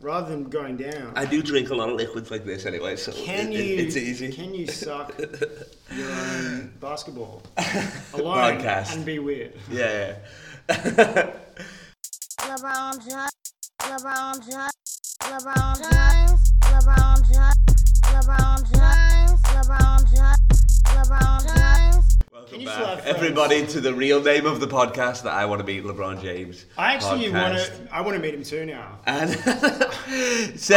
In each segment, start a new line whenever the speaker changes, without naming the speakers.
rather than going down.
I do drink a lot of liquids like this anyway, so
can
it-
you?
it- it's easy.
Can you suck your own basketball alone
Podcast.
and be weird?
Yeah.
LeBron James. LeBron James. LeBron James. LeBron James. LeBron James. LeBron James. LeBron James.
Welcome
Can you still have
back,
friends?
everybody, to the real name of the podcast that I want to meet LeBron James.
I actually want
podcast.
to. I want to meet him too now.
And so this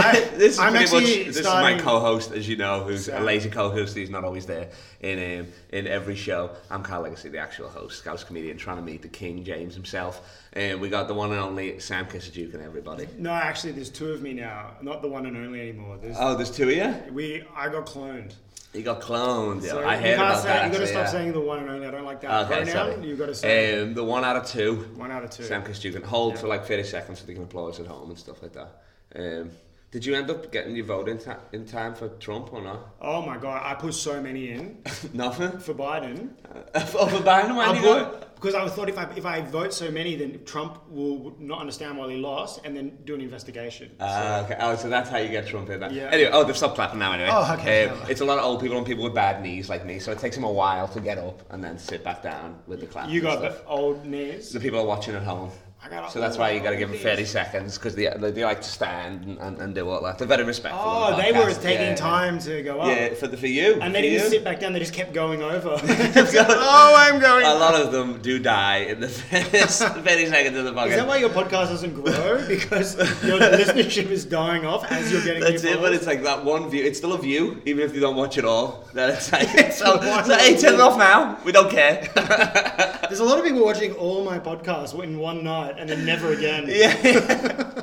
is
I'm
pretty
actually
much this
starting-
is my co-host, as you know, who's
So-
a lazy co-host. He's not always there in um, in every show. I'm Kyle Legacy, the actual host, Scouts comedian, trying to meet the King James himself. And we got the one and only Sam Kissaduke and everybody.
No, actually, there's two of me now. Not the one and only anymore. There's
Oh, there's two of you.
we. I got cloned.
You got cloned.
So
I
you
heard
can't
about
say- You got to
that. actually,
stop
yeah.
saying the one and only. I don't like that
Okay,
pronoun.
sorry.
You got to say
um, the one out of two.
one out of two.
Sam Kissaduke. Hold for like 30 seconds so they can applaud us at home and stuff like that. Um, did you end up getting your vote in, ti in time for Trump or not?
Oh my god, I put so many in
Nothing.
for Biden.
Over Biden, why
I
do you know?
vote- because I thought if I if I vote so many, then Trump will not understand why he lost, and then do an investigation.
Ah, okay. Oh, so that's how you get Trump in that.
Yeah.
Anyway, oh, they've stopped clapping now anyway.
Oh, okay.
Um, it's a lot of old people and people with bad knees like me, so it takes them a while to get up and then sit back down with the clap.
you
and
got
stuff.
the old knees.
The people are watching at home.
I got
So that's why you got to give them
all
30
these.
seconds because they, they, they like to stand and, and, and do all that. They're very respectful. on
Oh,
the
they were
podcast,
taking
yeah.
time to go up,
Yeah, for, the, for you.
and
for
they didn't
you.
sit back down. They just kept going over. oh, I'm going.
A lot of them do die in the first 30 seconds of the podcast.
Is that why your podcast doesn't grow? Because your listenership is dying off as you're getting
That's
new
it, but
followers?
it's like that one view. It's still a view, even if you don't watch it all. Then it's like, so,
one
so hey, turn it
view.
off now. We don't care.
There's a lot of people watching all my podcasts in one night and then never again.
yeah.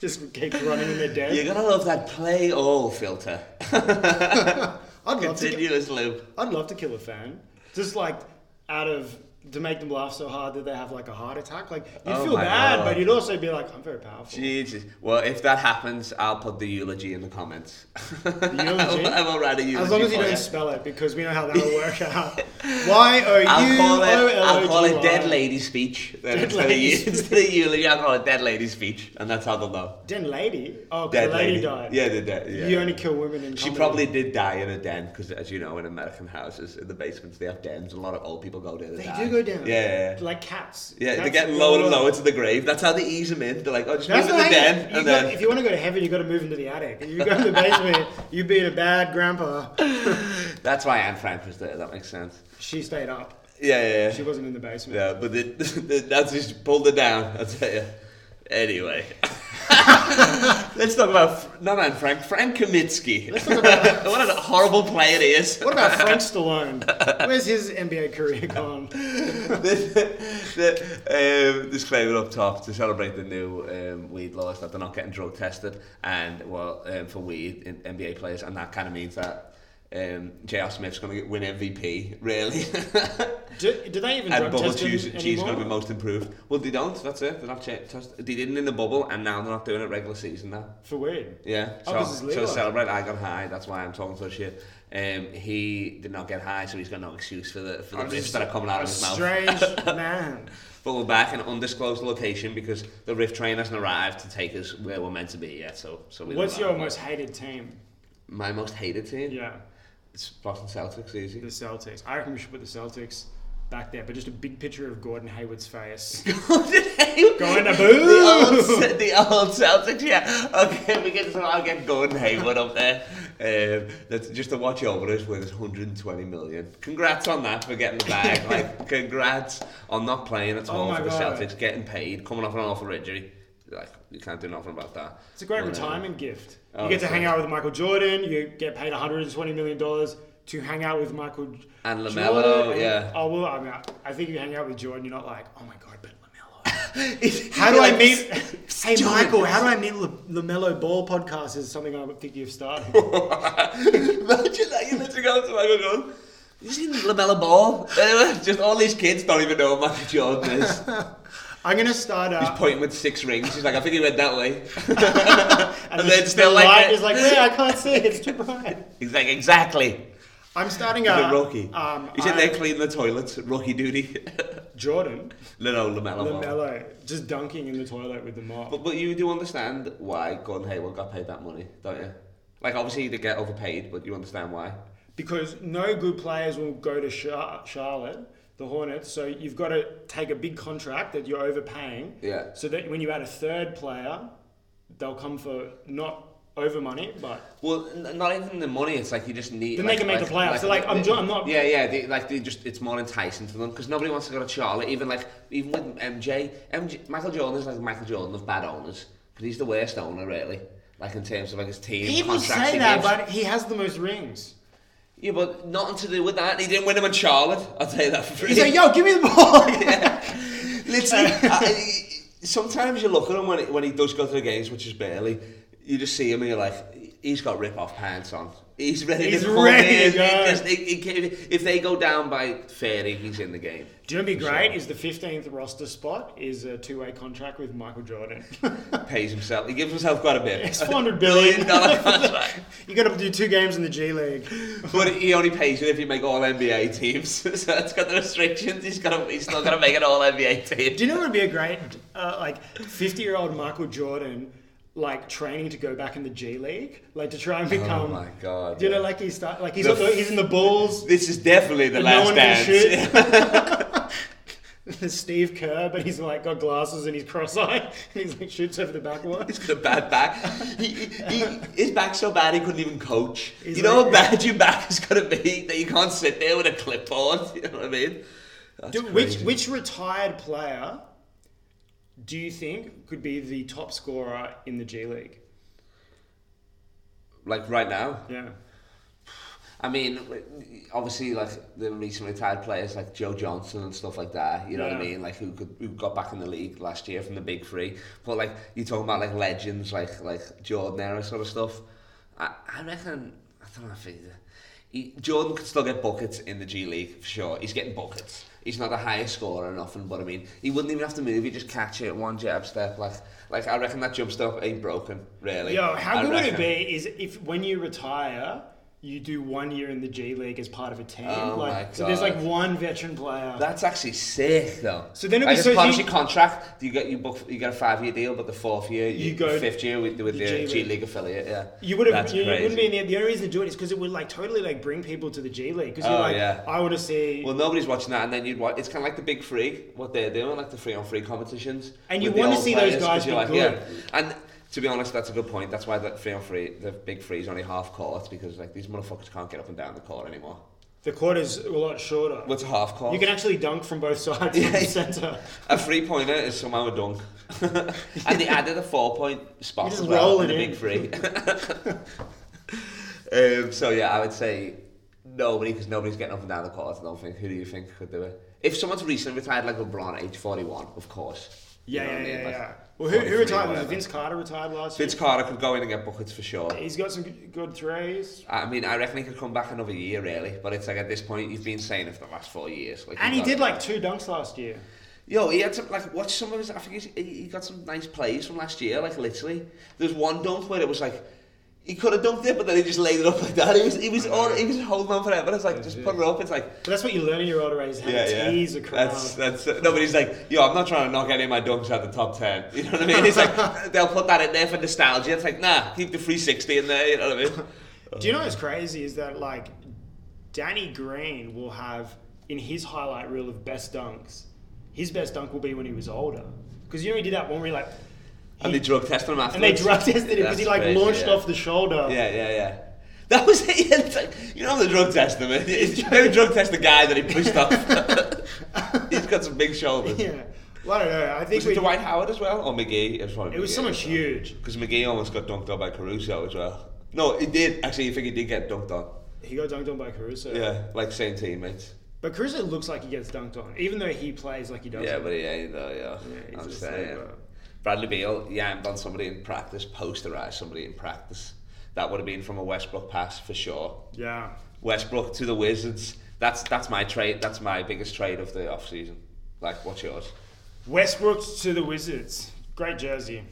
Just keep running in their
You're
dead.
gonna love that play all filter.
I'd love, to ki-
Continuous loop.
I'd love to kill a fan. Just like out of, to make them laugh so hard that they have like a heart attack. Like, you'd
Oh
feel
my
bad,
God.
but you'd also be like, I'm very powerful.
Jesus. Well, if that happens, I'll put the eulogy in the comments.
eulogy?
I will write a eulogy.
As long as you
for
don't
ya.
spell it, because we know how that'll work out. Y O U
I'll call
O L O G
it.
Y.
I'll call it dead lady speech. Then
Dead
instead,
lady
of, eu- instead of eulogy, I'll call it dead lady speech, and that's how they'll know.
Den lady? Oh, 'cause
Dead
the lady, died.
Yeah, the dead. Yeah.
You only kill women in
She
comedy.
probably did die in a den because, as you know, in American houses, in the basements, they have dens. A lot of old people go there. to
They
die.
do go down.
Yeah, yeah, yeah.
Like cats.
Yeah, they
Cats
get
go
lower and
up.
lower to the grave. That's how they ease them in. They're like, oh, just
That's
move in the
what I mean.
den,
You got-
and then
if you want to go to heaven, you got to move into the attic. If you go to the basement, you being a bad grandpa.
that's why Anne Frank was there. That makes sense.
She stayed up.
Yeah, yeah, yeah.
She wasn't in the basement.
yeah but the, the Nazis pulled her down. I tell you. Anyway, let's talk about Fr- not Anne Frank. Frank Kaminsky. what a horrible player he is.
What about Frank Stallone? Where's his NBA career gone?
the, the, um, disclaimer up top to celebrate the new um, weed laws that they're not getting drug tested and well um, for weed in NBA players and that kind of means that um, J.R. Smith's going to win MVP really
Do, do they even
and
drug
bubble
test
cheese
him
cheese going to be
anymore?
most improved well they don't that's it they're not che- test- they didn't in the bubble and now they're not doing it regular season now
For weed.
yeah,
Oh,
so,
'cause it's
so
legal.
to celebrate I got high. That's why I'm talking so shit. Um, he did not get high, so he's got no excuse for the for the
I'm
riffs
just
that are coming out
A
of his mouth.
strange man.
But we're back in an undisclosed location because the Rift train hasn't arrived to take us where we're meant to be yet. So, so we.
What's
don't know.
your most hated team?
My most hated team?
Yeah,
It's Boston Celtics,
the
easy.
Celtics. I reckon we should put the Celtics back there, but just a big picture of Gordon Hayward's face.
Going
to
The old,
boo.
Ce- the old Celtics, yeah. Okay, we get so I'll get Gordon Hayward up there. Um, that's just to watch over us with 120 million. Congrats on that for getting the bag. like, congrats on not playing at
Oh
all
my
for the
God.
Celtics, getting paid, coming off an awful injury. Like, you can't do nothing about that.
It's a great
Um,
retirement gift.
oh,
you get to
that's
hang
right.
out with Michael Jordan. You get paid 120 million dollars to hang out with Michael J-
And LaMelo,
Jordan.
yeah.
Oh well, I mean, I- I think if you hang out with Jordan, you're not like, oh my god, but Lamelo.
It's-
How do
you're
I
like,
meet?
"Psst,
hey
Jordan."
Michael, how do I meet La- Lamelo Ball podcast? Is something I'm thinking of starting.
Imagine that you literally go up to Michael Jordan. You seen Lamella Ball? Anyway, just all these kids don't even know who Michael Jordan is.
I'm gonna start
He's
out.
pointing with six rings. He's like, I think he went that way.
Uh, and
and then still
the
like
light
that.
is like, wait, I can't see. It's too bright.
He's like, exactly.
I'm starting
Is
a
it Rocky?
Um,
He's in
I-
there cleaning the toilets. Rocky duty.
Jordan
no, no, Lamelo. Ball.
Lamelo just dunking in the toilet with the mop.
But, but you do understand why Gordon Hayward got paid that money, don't you? Like, obviously, they get overpaid, but you understand why.
because no good players will go to Char- Charlotte, the Hornets. So you've got to take a big contract that you're overpaying.
Yeah.
So that when you add a third player, they'll come for not over money, but
Well, n- not even the money. It's like you just need.
Then
like,
they can make
like,
the playoffs. They're like, I'm jo- I'm not-
Yeah, yeah. They, like they just, it's more enticing for them because nobody wants to go to Charlotte. Even like, even with MJ, MJ, Michael Jordan is like Michael Jordan of bad owners because he's the worst owner, really. Like in terms of like his team.
people
contracts
say
he
that,
gives.
but he has the most rings.
yeah, but nothing to do with that. He didn't win him in Charlotte. I'll tell you that for free.
He's like, yo, give me the ball.
Literally, I, sometimes you look at him when he, when he does go to the games, which is barely. You just see him and you're like, he's got rip off pants on. He's ready
He's
to come
ready to
in. He
go.
just- he- he can- if they go down by 30, he's in the game.
Do you know what'd be
For
great?
sure.
Is the 15th roster spot is a two-way contract with Michael Jordan.
Pays himself. He gives himself quite a bit.
It's 400
Billion
billion.
dollar contract.
you got to do two games in the G League.
But he only pays it if you make all NBA teams. so it's got the restrictions. He's got. He's not gonna make an all NBA team.
Do you know what would be a great, uh, like, 50 year old Michael Jordan, like, training to go back in the G League? Like, to try and become.
Oh my God,
Do you know,
yeah.
like, he's, start, like he's,
The
up the- he's in the Bulls.
This is definitely the
and
last
no one
dance.
can shoot. There's Steve Kerr, but he's, like, got glasses and he's cross eyed. And he's, like, shoots over the backboard.
He's got a bad back. He, he, his back's so bad he couldn't even coach.
He's
you know
like-
how bad your back is going to be that you can't sit there with a clipboard. You know what I mean? That's
Do, which,
crazy.
which retired player do you think could be the top scorer in the G League?
like right now?
Yeah.
I mean, obviously, like the recent retired players like Joe Johnson and stuff like that. You know what I
Yeah.
mean? Like who could, who got back in the league last year from the big three. But like you're talking about like legends like like Jordan era sort of stuff. I, I reckon I don't know if he, he, Jordan could still get buckets in the G League for sure. He's getting buckets. He's not the highest scorer or nothing, but I mean, he wouldn't even have to move. He'd just catch it one jab step. Like like I reckon that jump step ain't broken really.
Yo, how
I
good would it
reckon.
be is if when you retire, you do one year in the G League as part of a team.
Oh
like,
my
So there's
God.
like one veteran player.
That's actually sick, though.
So then it'd
like
be
it's
so
part of
you-
your contract. You get you book, you get a five year deal, but the fourth year, you,
You go-
fifth year with, with the G
G
League.
League.
affiliate. Yeah,
you would have
That's
you, you wouldn't be
crazy.
in the, the only reason to do it is because it would like totally like bring people to the G League because you're
Oh,
like
yeah.
I want to see
Well, nobody's watching that, and then you'd watch. It's kind of like the big free, what they're doing, like the free on free competitions.
And you
with the
wanna
old
see those
players,
guys
'cause you're
be good.
And to be honest, that's a good point. That's why that free on free, the big free is only half court because like these motherfuckers can't get up and down the court anymore.
the quarters a lot shorter.
What's a half court?
you can actually dunk from both sides
Yeah.
of the center.
A three pointer is somehow a dunk. and they added a four point spot
You just
as well
roll
in
it
the
in.
big three. um, so yeah, I would say nobody because nobody's getting up and down the court. I don't think. Who do you think could do it? If someone's recently retired, like LeBron, at age forty-one, of course. You
Yeah,
know
yeah,
what I
yeah,
mean?
yeah.
Like,
well, who,
43
who
or
retired? Was it
whatever.
Vince Carter retired last
Vince Carter could go in and get buckets for sure.
year? He's got some good good threes.
I mean, I reckon he could come back another year, really. But it's like at this point, you've been saying it for the last four years. Like,
And he
you've got
did
it.
like two dunks last year.
Yo, he had some, like, watch some of his, I think he's, he he got some nice plays from last year, like, literally. There's one dunk where it was like, he could have dunked it, but then he just laid it up like that. He was, he was, on, he was holding on forever. It's like, just put it up. It's like,
But that's what you learn in your older age: is how
yeah,
to
yeah.
tease a crowd.
That's, that's, uh, no, but he's like, yo, I'm not trying to knock any of my dunks out the top 10. You know what I mean? It's like, they'll put that in there for nostalgia. It's like, nah, keep the 360 in there. You know what I mean?
Do you know what's crazy is that like Danny Green will have in his highlight reel of best dunks, his best dunk will be when he was older. Because you know he did that one where he like
And they drug tested him after.
and they drug tested him because he like launched off the shoulder.
Yeah, yeah, yeah. That was it. yeah, it's like- you know the drug tester, man. You know the drug tester guy that he pushed off. He's got some big shoulders.
Yeah. Well, I don't know. I think
Was
we,
it Dwight Howard as well, or McGee? It was, probably
it was someone huge.
Because McGee almost got dunked on by Caruso as well. No, he did. Actually, I think he did get dunked on.
He got dunked on by Caruso.
Yeah, like same teammates.
But Caruso looks like he gets dunked on, even though he plays like he does.
Yeah, but he ain't though, yeah.
Yeah, he's
I'm
a
saying.
sleeper.
Bradley Beal, yeah, on somebody in practice, posterised somebody in practice. That would have been from a Westbrook pass for sure.
yeah.
Westbrook to the Wizards. That's that's my trade. That's my biggest trade of the off season. Like, what's yours?
Westbrook to the Wizards. Great jersey.
Uh,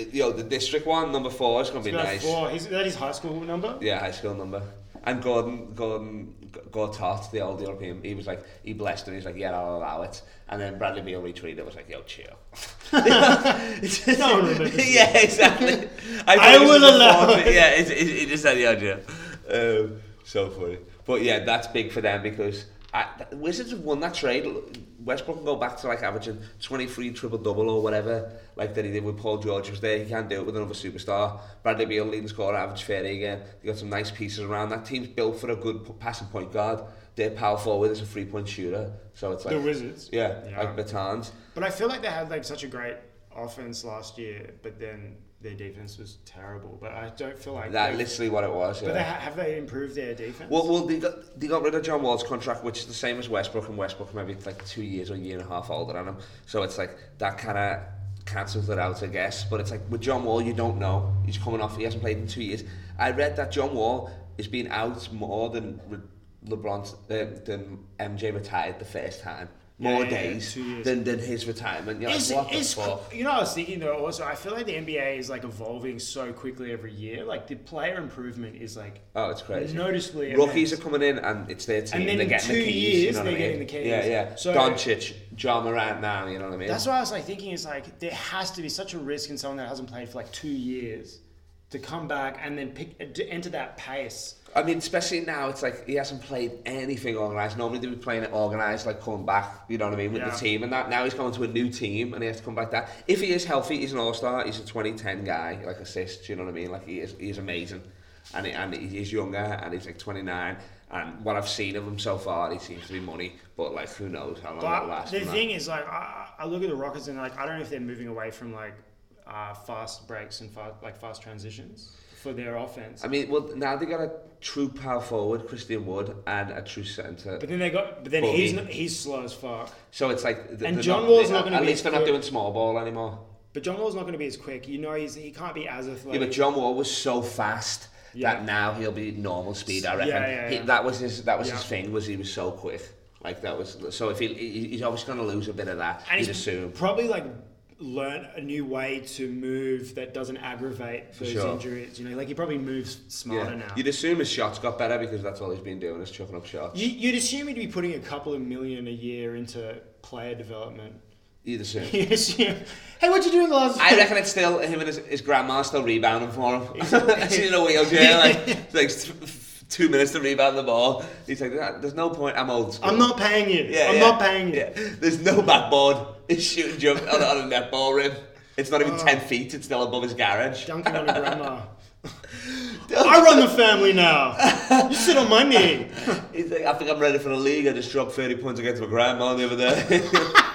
It, you know, the district one, number four, is gonna be
About
nice.
Four. He's, that is high school number.
Yeah, high school number. And Gordon, Gordon, G- Gortat, the old European, he was like, he blessed and he's like, yeah, I'll allow it. And then Bradley Beal retweeted, was like, yo, chill.
No one remembers
yeah, exactly. I,
I
thought it was
will
the
allow
fourth-
it.
Yeah, it, it, it is that the idea. Um, so funny. But yeah, that's big for them because I, th- Wizards have won that trade. Westbrook can go back to like averaging 23 triple double or whatever, like that he did with Paul George. He was there, he can't do it with another superstar. Bradley Beal, leading scorer, average 30 again. They got some nice pieces around. That team's built for a good p- passing point guard. Their power forward is a three point shooter. So it's like.
The Wizards.
Yeah,
Yeah.
like Batans.
But I feel like they had like such a great offense last year, but then their defense was terrible. But I don't feel like
That
they-
literally what it was. Yeah.
But they ha- have they improved their defense?
Well, well, they got they got rid of John Wall's contract, which is the same as Westbrook, and Westbrook maybe it's like two years or a year and a half older than him. So it's like that kind of cancels it out, I guess. But it's like with John Wall, you don't know. He's coming off. He hasn't played in two years. I read that John Wall has been out more than Re- LeBron uh, than MJ retired the first time. More
yeah, yeah,
days
two years.
than than his retirement. You're
It's-
like, what
it's
the
cr-
fuck?
you know, I was thinking though. Also, I feel like the NBA is like evolving so quickly every year. Like the player improvement is like
Oh, it's crazy.
noticeably. immense.
Rookies are coming in and it's their team.
And then
they're
in
getting
two
the keys. you
years,
know what
they're
I mean?
getting the keys.
Yeah, yeah.
So-
Doncic, John Morant now, you know what I mean?
That's why I was like thinking it's like there has to be such a risk in someone that hasn't played for like two years to come back and then pick uh, to enter that pace.
I mean, especially now, it's like he hasn't played anything organised. Normally, they'd be playing it organised, like coming back, you know what I mean, with
Yeah.
the team and that. Now he's going to a new team and he has to come back that. If he is healthy, he's an all star, he's a 2010 guy, like assists, you know what I mean? Like, he is, he is amazing. And, he, and he's younger and he's like 29. And what I've seen of him so far, he seems to be money, but like, who knows how long it'll
But
Oh, last.
the
and that.
thing is, like, I, I look at the Rockets and like, I don't know if they're moving away from like uh, fast breaks and fast, like fast transitions for their offense.
I mean, well, now they got a true power forward, Christian Wood, and a true centre.
But then they got, but then
Bogey.
he's not, he's slow as fuck.
So it's like th-
And
they're
John Wall's
they-
not gonna
At
be
least they're not
quick.
doing small ball anymore.
But John Wall's not going to be as quick. You know, he's he can't be as
Yeah,
athletic.
but John Wall was so fast
Yeah.
that now he'll be normal speed. I
Yeah,
reckon
yeah,
He,
yeah.
that was his that was his
Yeah.
thing was he was so quick. Like that was so if he, he he's always going to lose a bit of that.
and
you'd
he's
assume.
probably like learn a new way to move that doesn't aggravate those
sure.
injuries. You know, like he probably moves smarter
Yeah.
now.
You'd assume his shots got better because that's all he's been doing is chucking up shots.
You, you'd assume he'd be putting a couple of million a year into player development.
You'd assume.
You'd assume, hey, what'd you do in the last?
I reckon it's still him and his, his grandma still rebounding for him. She's in a wheelchair, like it takes t- f- two minutes to rebound the ball. He's like, "Ah, there's no point. I'm old. School.
I'm not paying you. I'm not paying you.
Yeah. There's no backboard. He's shooting jump on, on a net ball rim. It's not even
Oh.
ten feet. It's still above his garage.
Dunking on a grandma. I run the family now. You sit on my knee.
He's like, I think I'm ready for the league. I just dropped 30 points against my grandma the other day.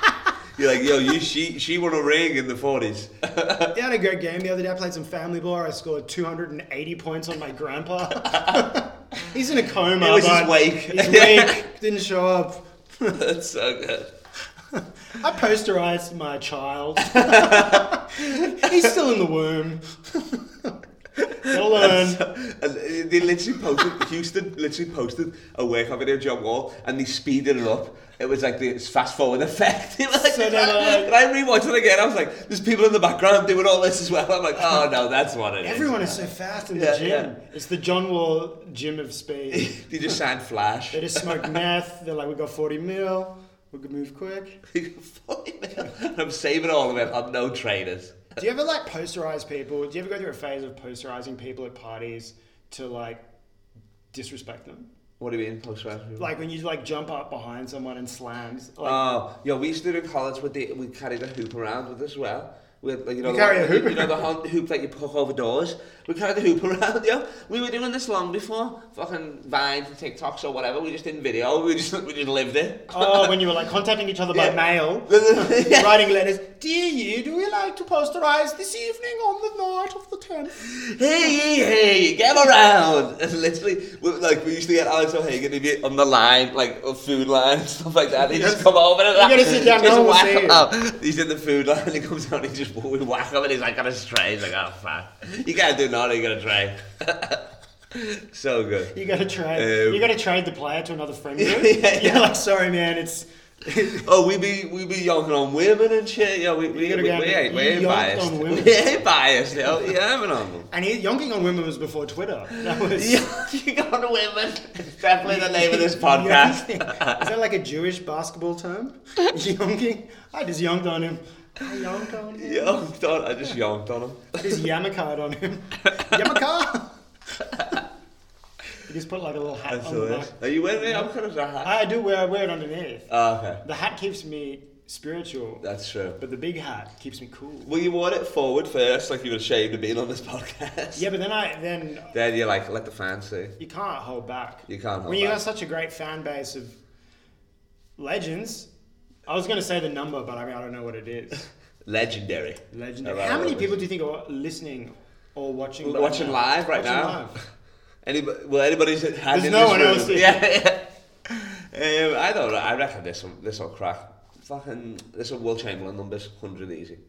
You're like, yo, you she she won a ring in the 40s.
I had a great game the other day. I played some family ball. I scored 280 points on my grandpa. He's in a coma.
It was his
but
wake.
He's weak. Didn't show up.
That's so good.
I posterized my child. He's still in the womb. He'll learn.
And they literally posted, Houston literally posted a workout video of John Wall and they speeded it up. It was like this fast forward effect. It was like,
So
so
they were like-
and I rewatched it again. I was like, there's people in the background doing all this as well. I'm like, oh no, that's what it is.
Everyone is so fast in the
Yeah,
gym.
yeah.
It's the John Wall gym of speed.
They just signed Flash.
They just smoke meth. They're like, we got 40 mil. We could move quick.
and I'm saving all of it on no trainers.
Do you ever like posterize people? Do you ever go through a phase of posterizing people at parties to like disrespect them?
What do you mean, post round?
Like when you like jump up behind someone and slams. Like,
Oh, yo, we used to do it in college with the we carried a hoop around with us as well. We had, like, you know,
You
the
carry
one-
a hoop
you know the hon- hoop that you puck over doors. We carried the hoop around, yo. We were doing this long before fucking Vines and TikToks or whatever. We just didn't video. We just we just lived it.
oh, when you were like contacting each other by
Uh. Yeah.
mail,
Yeah.
writing letters. Dear you, do we like to posterize this evening on the night of the 10th?
hey, hey, hey, get around. And literally, we, like, we used to get Alex O'Hagan to be on the line, like, a food line and stuff like that. He just come over and
gotta sit down,
just
no one will
whack
see
him
you.
out. He's in the food line, he comes out, he just, we whack him, and he's like, on a tray. He's like, oh, fuck. You can't do nothing, you got a tray. so good.
You gotta trade.
Um,
you gotta trade the player to another friend group.
Yeah, yeah.
You're like, sorry man, it's
oh, we be we be yonking on women and shit. Yeah, we we,
You
we,
gotta
we
get-
ain't we
you
ain't
yonked
biased.
on women.
We ain't biased. Yo, you haven't on them.
And he, yonking on women was before Twitter. That was
you got to women. It's definitely the name of this
Yonking. Is
podcast.
that like a Jewish basketball term? yonking? I just yonked on him. I yonked on him.
yonked on. I just yonked on him.
I just yamakaed on him. Yamakar! you just put like a little
I
hat on
saw
the
this.
back.
Are you with me? I'm kind of a hat.
Oh I do wear, I wear it underneath.
Oh, okay,
The hat keeps me spiritual,
that's true.
but the big hat keeps me cool.
Well, you wore it forward first, like you were ashamed of being on this podcast.
Yeah, but then I then
Then you're like, let the fans see.
you can't hold back.
You can't hold
when you
back.
have such a great fan base of legends. I was going to say the number, but I mean I don't know what it is.
Legendary.
Legendary.
Around
How many
the
people do you think are listening or watching? right
watching
now?
live right
Watching
now?
live.
Anybody, well, anybody's had
There's
in
no
this
one
room.
else here.
Yeah, yeah. Um, I don't know. I reckon this will this will crack. Fucking this will Will Chamberlain numbers hundred easy,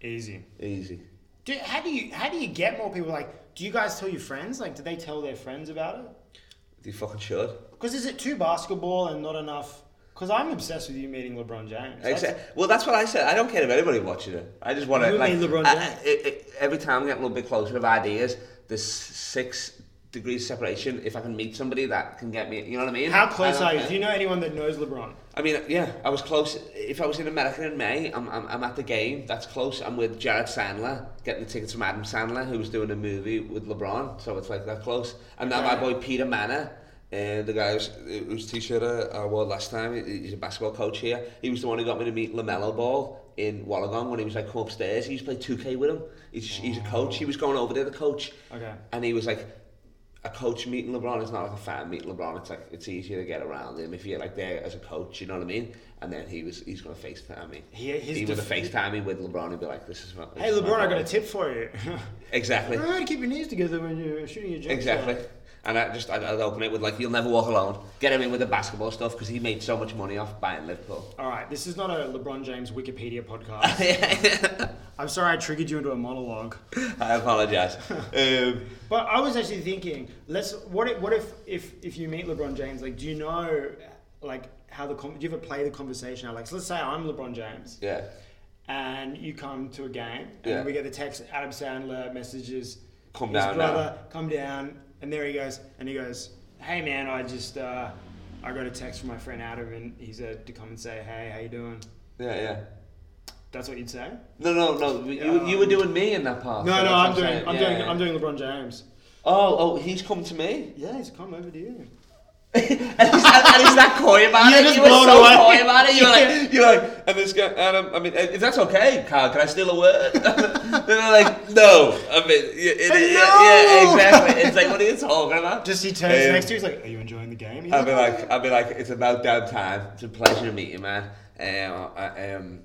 Easy.
easy.
Do, how do you how do you get more people? Like, do you guys tell your friends? Like, do they tell their friends about it?
You fucking should.
Because is it too basketball and not enough? Because I'm obsessed with you meeting LeBron James. That's-
Except, well, that's what I said. I don't care if anybody watches it. I just want to
You
like
mean LeBron
I-
James.
I- I- every time I get a little bit closer of ideas. There's six degrees separation. If I can meet somebody that can get me, you know what I mean.
How close
I
are
don't
you?
care.
Do you know anyone that knows LeBron?
I mean, yeah, I was close. If I was in America in May, I'm, I'm, I'm at the game. That's close. I'm with Jared Sandler, getting the tickets from Adam Sandler, who was doing a movie with LeBron. So it's like that close. And now my
Okay.
boy Peter Manor, uh, the guy who's, whose t-shirt I I wore last time, he- he's a basketball coach here. He was the one who got me to meet LaMelo Ball in Wollongong when he was like come upstairs. He used to play 2K with him. He's, he's a coach. He was going over there, the coach.
Okay.
And he was like, a coach meeting LeBron is not like a fan meeting LeBron. It's like it's easier to get around him if you're like there as a coach. You know what I mean? And then he was he's gonna FaceTime me.
He- his
he would have
def-
FaceTime me with LeBron. He'd be like, "This is not."
Hey
this is
LeBron,
not
I got a
right.
tip for you.
Exactly,
Remember to keep your knees together when you're shooting your jump
exactly.
shot.
And I just I'd, I'd open it with like, "You'll never walk alone." Get him in with the basketball stuff because he made so much money off buying Liverpool.
All right, this is not a LeBron James Wikipedia podcast.
I
I'm sorry I triggered you into a monologue.
apologize. um,
But I was actually thinking, let's what if what if if, if you meet LeBron James, like, do you know, like, how the con- do you ever play the conversation? Alex, let's say I'm LeBron James,
yeah,
and you come to a game, and
Yeah.
we get the text Adam Sandler messages
Come
his
down
brother, come down, and there he goes, and he goes, hey man, I just uh, I got a text from my friend Adam, and he said to come and say, hey, how you doing?
yeah, yeah.
That's what you'd say.
No, no, no. You, you were doing me in that part.
No,
so
no,
that's what
I'm doing,
saying.
I'm
Yeah,
doing,
yeah.
I'm doing LeBron James.
Oh, oh, he's come to me.
Yeah, he's come over to you.
and, he's, and, and he's that coy about
You're
it.
just
you were
blown
so
away.
coy about it. You're
Yeah.
like, you're like, and this guy, and I'm, I mean, if that's okay, Carl, can I steal a word? then they're like, no. I mean, it, it, it, yeah,
No.
exactly. It's like, what are you talking about?
Just he turns
Um,
next to you, he's like, are you enjoying the game? He's
I'll be like, I'll be like, it's about damn time. It's a pleasure to meet you, man. Um, I, um,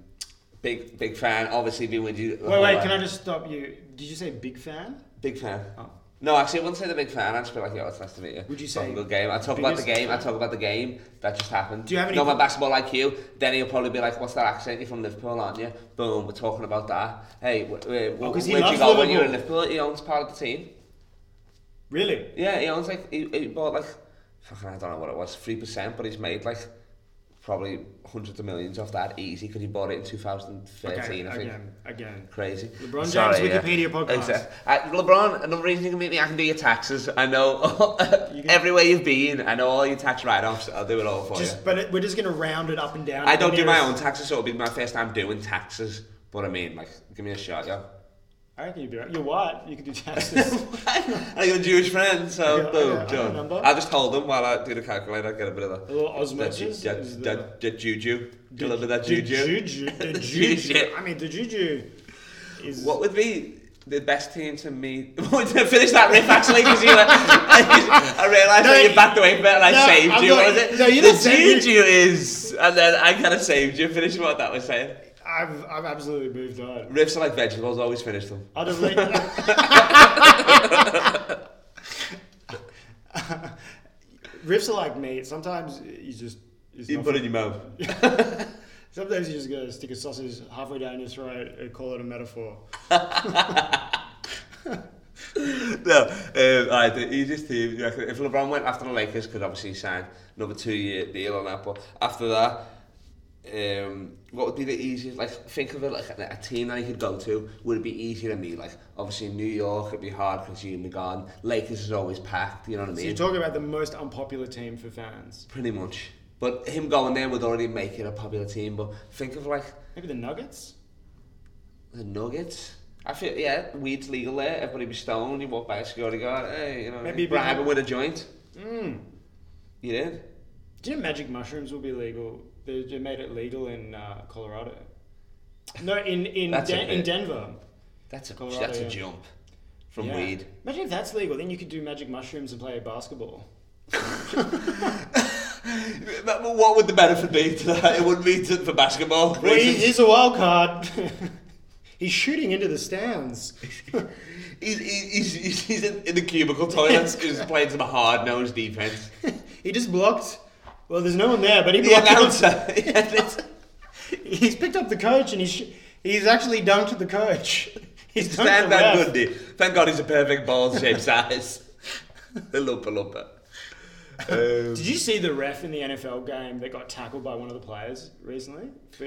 big, big fan. Obviously, been with you. the
Wait,
whole
wait,
way.
can I just stop you? Did you say big fan?
Big fan.
Oh.
No, actually, I wouldn't say the big fan. I'd just be like, yo, it's nice to meet you.
Would you
Fucking
say
good game? I talk about the
biggest-
game. I talk about the game that just happened.
Do you have any-
Know my basketball IQ. Then he'll probably be like, what's that accent? You're from Liverpool, aren't you? Boom, we're talking about that. Hey, wh- wh- wh-
Oh, 'cause
where'd
he
you go
loves
when you were in
Liverpool.
Liverpool? He owns part of the team.
Really?
Yeah, he owns like he, he bought like fucking I don't know what it was three percent, but he's made like probably hundreds of millions off that easy because he bought it in
Okay,
2013. I think.
again, again.
Crazy.
LeBron James Wikipedia podcast.
Exact- Uh, LeBron, another reason you can meet me, I can do your taxes. I know
You can-
everywhere you've been. I know all your tax write-offs. I'll do it all for
Just,
you.
but it, we're just gonna round it up and down.
Oh, I
to the
don't do my
nearest-
own taxes, so it'll be my first time doing taxes. But I mean, like, give me a shot, yeah.
I reckon you'd be right. You're white. You can do taxes.
I got a Jewish friend, so
Yeah,
boom,
yeah, I
done.
remember.
I'll just hold them while I do the calculator. I get a bit of
A
the
little osmosis
That,
is
ju-
the-
that, that juju, a little bit of that
The
juju.
juju. The juju. I mean, the juju is.
What would be the best team to me? Finish that riff actually, because you were, I realised
No,
that you
you-
backed away from it and I
no,
saved
I'm
you.
not-
what was it?
no, you
the
didn't save
juju is, and then I kind of saved you. Finish what that was saying.
I've, I've absolutely moved on.
Riffs are like vegetables. Always finish them.
I'll just let you. Riffs are like meat. Sometimes you just. it's
You
not
put it in your mouth.
Sometimes you just gotta stick a sausage halfway down your throat and call it a metaphor.
no, um, all right, the easiest team, you reckon, if LeBron went after the Lakers, because obviously he signed another two-year deal on that, but after that, um, what would be the easiest? Like, think of it like a, a team that you could go to. Would it be easier than me? Like, obviously New York, it'd be hard because you're in the garden. Lakers is always packed. You know what I
So
mean?
you're talking about the most unpopular team for fans.
Pretty much. But him going there would already make it a popular team. But think of like
Maybe the Nuggets?
the Nuggets. I feel yeah, weed's legal there. Everybody be stoned. You walk by a security guard. Hey, you know,
Maybe
maybe
it'd be-
bribing with a joint.
Mm.
You did.
Do you know magic mushrooms will be legal? They they made it legal in uh, Colorado. No, in in,
That's a
Den- in
bit-
Denver.
That's a
Colorado,
that's
yeah.
a jump from
Yeah.
weed.
Imagine if that's legal, then you could do magic mushrooms and play basketball.
But what would the benefit be to that? It wouldn't be to, for basketball. reasons.
a wild card. He's shooting into the stands.
He's, he's, he's, he's in, in the cubicle toilet. he's playing some hard nosed defense.
he just blocked. Well, there's no one there, but he
The
blocked.
announcer. Yeah, that's-
He's picked up the coach and he's sh- he's actually dunked the coach. He's dunked
Stan
the
Van
ref.
Gundy. Thank God he's a perfect ball shape size. the lumper lumper. Um,
Did you see the ref in the NFL game that got tackled by one of the players recently? For-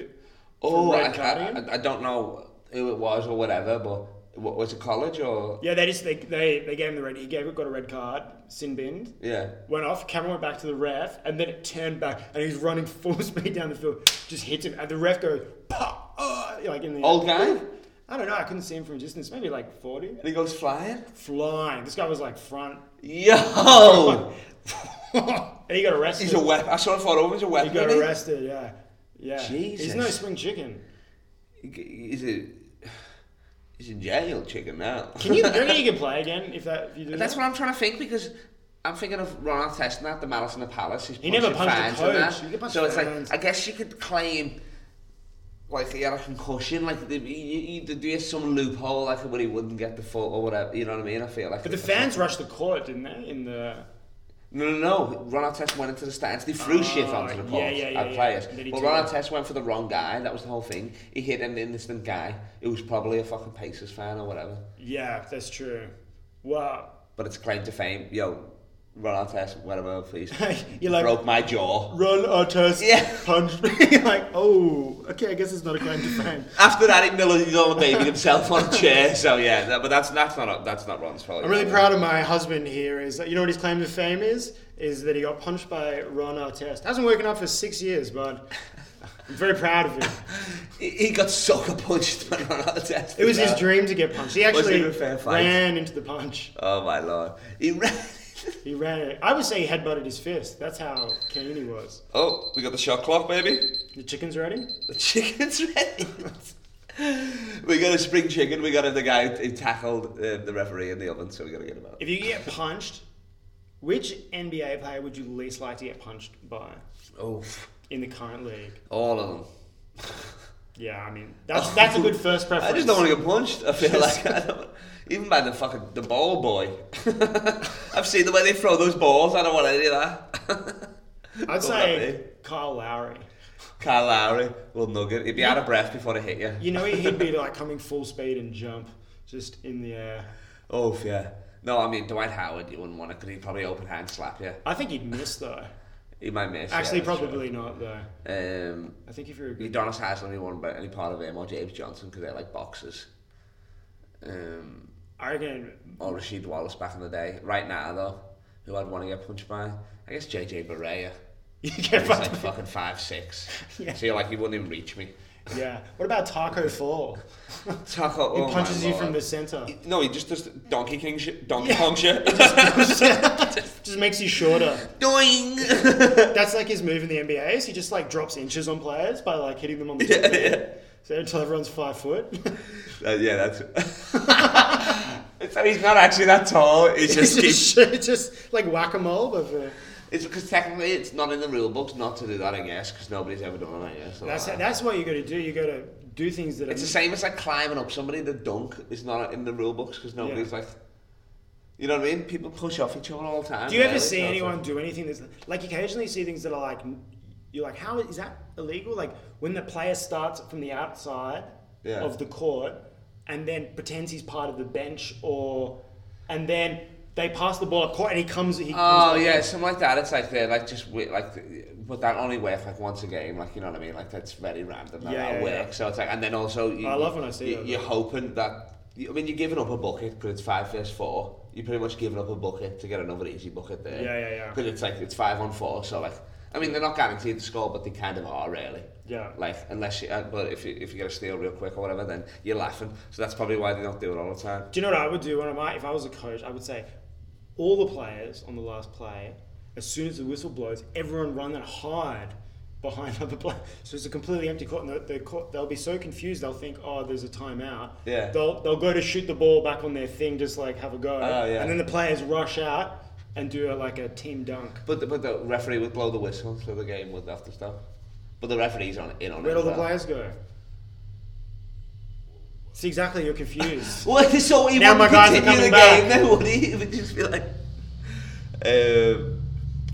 for
oh, I,
red
I,
carding?
I- I don't know who it was or whatever, but what, was it college or?
yeah, they just they, they they gave him the red. He gave it, got a red card. Sin binned.
Yeah.
Went off, camera went back to the ref, and then it turned back, and he's running full speed down the field, just hits him, and the ref goes, "Pah!" ah," like in the
Old guy? And
I don't know, I couldn't see him from a distance, maybe like 40.
he goes flying.
Flying. This guy was like front.
Yo!
and he got arrested.
he's a weapon. I saw a photo of him. He's a
he
weapon.
got
isn't he?
arrested, yeah. Yeah. He's no
Jesus.
spring chicken.
He's a he's in jail chicken now.
Can you, do you reckon you can play again if that if you do
That's
that?
what I'm trying to think because I'm thinking of Ronald Testing at the Malice in the Palace. He's
He never
punching
punched a
fans and
coach.
that.
You can punch
so it's
fans.
like I guess you could claim like he had a concussion, like the, you, you, you, there's some loophole, like where he wouldn't get the foot or whatever. You know what I mean? I feel like.
But the fans rushed the court, didn't they? In the
No, no, no. Ronald Test went into the stands. They threw shit onto the
Oh, yeah,
court
yeah, yeah,
at
yeah.
players.
Did he
But
do
Ronald
that?
Test went for the wrong guy. That was the whole thing. He hit an innocent guy who was probably a fucking Pacers fan or whatever.
yeah, that's true. Wow.
But it's claim to fame. Yo, Ronald Test, whatever, please.
You're like
broke my jaw.
run or test,
Yeah.
punch me. like, oh, okay, I guess it's not a claim to fame.
After that, he mill- he's all baby himself on a chair. So yeah, that, but that's that's not that's not Ron's fault.
I'm really proud of my husband here. Is that you know what his claim to fame is? Is that he got punched by Ron Artest. Hasn't woken up for six years, but I'm very proud of him.
He, he got sucker punched by Ronald Test.
It was his dream to get punched. He actually
it a fair fight?
ran into the punch.
Oh my lord, he ran.
He ran it. I would say he headbutted his fist. That's how keen he was.
Oh, we got the shot clock, baby.
The chicken's ready.
The chicken's ready. we got a spring chicken. We got the guy who tackled uh, the referee in the oven, so we got to get him out.
If you get punched, which NBA player would you least like to get punched by
Oh,
in the current league?
all of them.
Yeah, I mean that's that's a good first preference.
I just don't want to get punched. I feel like I don't, even by the fucking the ball boy. I've seen the way they throw those balls. I don't want any of that.
I'd
Don't
say
want me.
Kyle Lowry.
Kyle Lowry, little nugget. He'd be out of breath before they hit you.
You know he'd be like coming full speed and jump just in the air.
Oh yeah. No, I mean Dwight Howard. You wouldn't want it because he'd probably open hand slap you.
I think he'd miss though.
He might miss. yeah,
Actually,
that's true.
probably not though.
Um,
I think if you're a good
Udonis Haslam, he won't about any part of him or James Johnson because they're like boxers. Um,
I reckon
or Rasheed Wallace back in the day. Right now though, who I'd want to get punched by? I guess JJ Barea.
you get
He's like
punched.
fucking five six.
Yeah.
So you're like he wouldn't even reach me.
Yeah. What about Taco Fall?
Taco,
He
oh my
punches you from the
lord.
center.
No, he just does Donkey King shit, Donkey Kong shit.
just makes you shorter.
Doing.
That's like his move in the NBA. Is he just like drops inches on players by like hitting them on the
Yeah,
yeah,
yeah.
So until everyone's five foot.
Uh, yeah, that's. so he's not actually that tall. It's
it's
just. it's-
just, it's just like whack a mole, but for,
It's because technically it's not in the rule books not to do that, I guess, because nobody's ever done it. I guess. or
that's
that.
that's what you got to do. You got to do things that
It's the
are
same as like climbing up somebody. The dunk is not in the rule books because nobody's
Yeah.
like. You know what I mean? People push off each other all the time.
Do you ever
really,
see
so-
anyone do anything that's like occasionally you see things that are like you're like, how is that illegal? Like when the player starts from the outside
Yeah.
of the court and then pretends he's part of the bench or and then They pass the ball up court and he comes. He
Oh
comes
yeah, something like that. It's like they're like just wi- like, but that only works like once a game. Like you know what I mean? Like that's very random. That,
Yeah,
that
yeah, yeah.
works. So it's like, and then also you,
I love when I see
you,
that.
You're hoping that you- I mean you're giving up a bucket because it's five versus four. You're pretty much giving up a bucket to get another easy bucket there.
Yeah, yeah, yeah.
Because it's like it's five on four. So like, I mean they're not guaranteed to score, but they kind of are really.
Yeah.
Like unless you, uh, but if you if you get a steal real quick or whatever, then you're laughing. So that's probably why they don't do it all the time.
Do you know what I would do when I might, if I was a coach? I would say, all the players on the last play, as soon as the whistle blows, everyone run and hide behind other players. So it's a completely empty court, and the, the court, they'll be so confused. They'll think, oh, there's a timeout.
Yeah.
They'll they'll go to shoot the ball back on their thing, just like have a go.
Oh, yeah.
And then the players rush out and do a, like a team dunk.
But the, but the referee would blow the whistle, so the game would have to stop. But the referee's on in on it.
Where'd all
as
the
well.
players go? See, exactly, you're confused.
Well, so he
Now
wouldn't
my guys are coming
continue the
back.
game, then would he? He would just be like, um,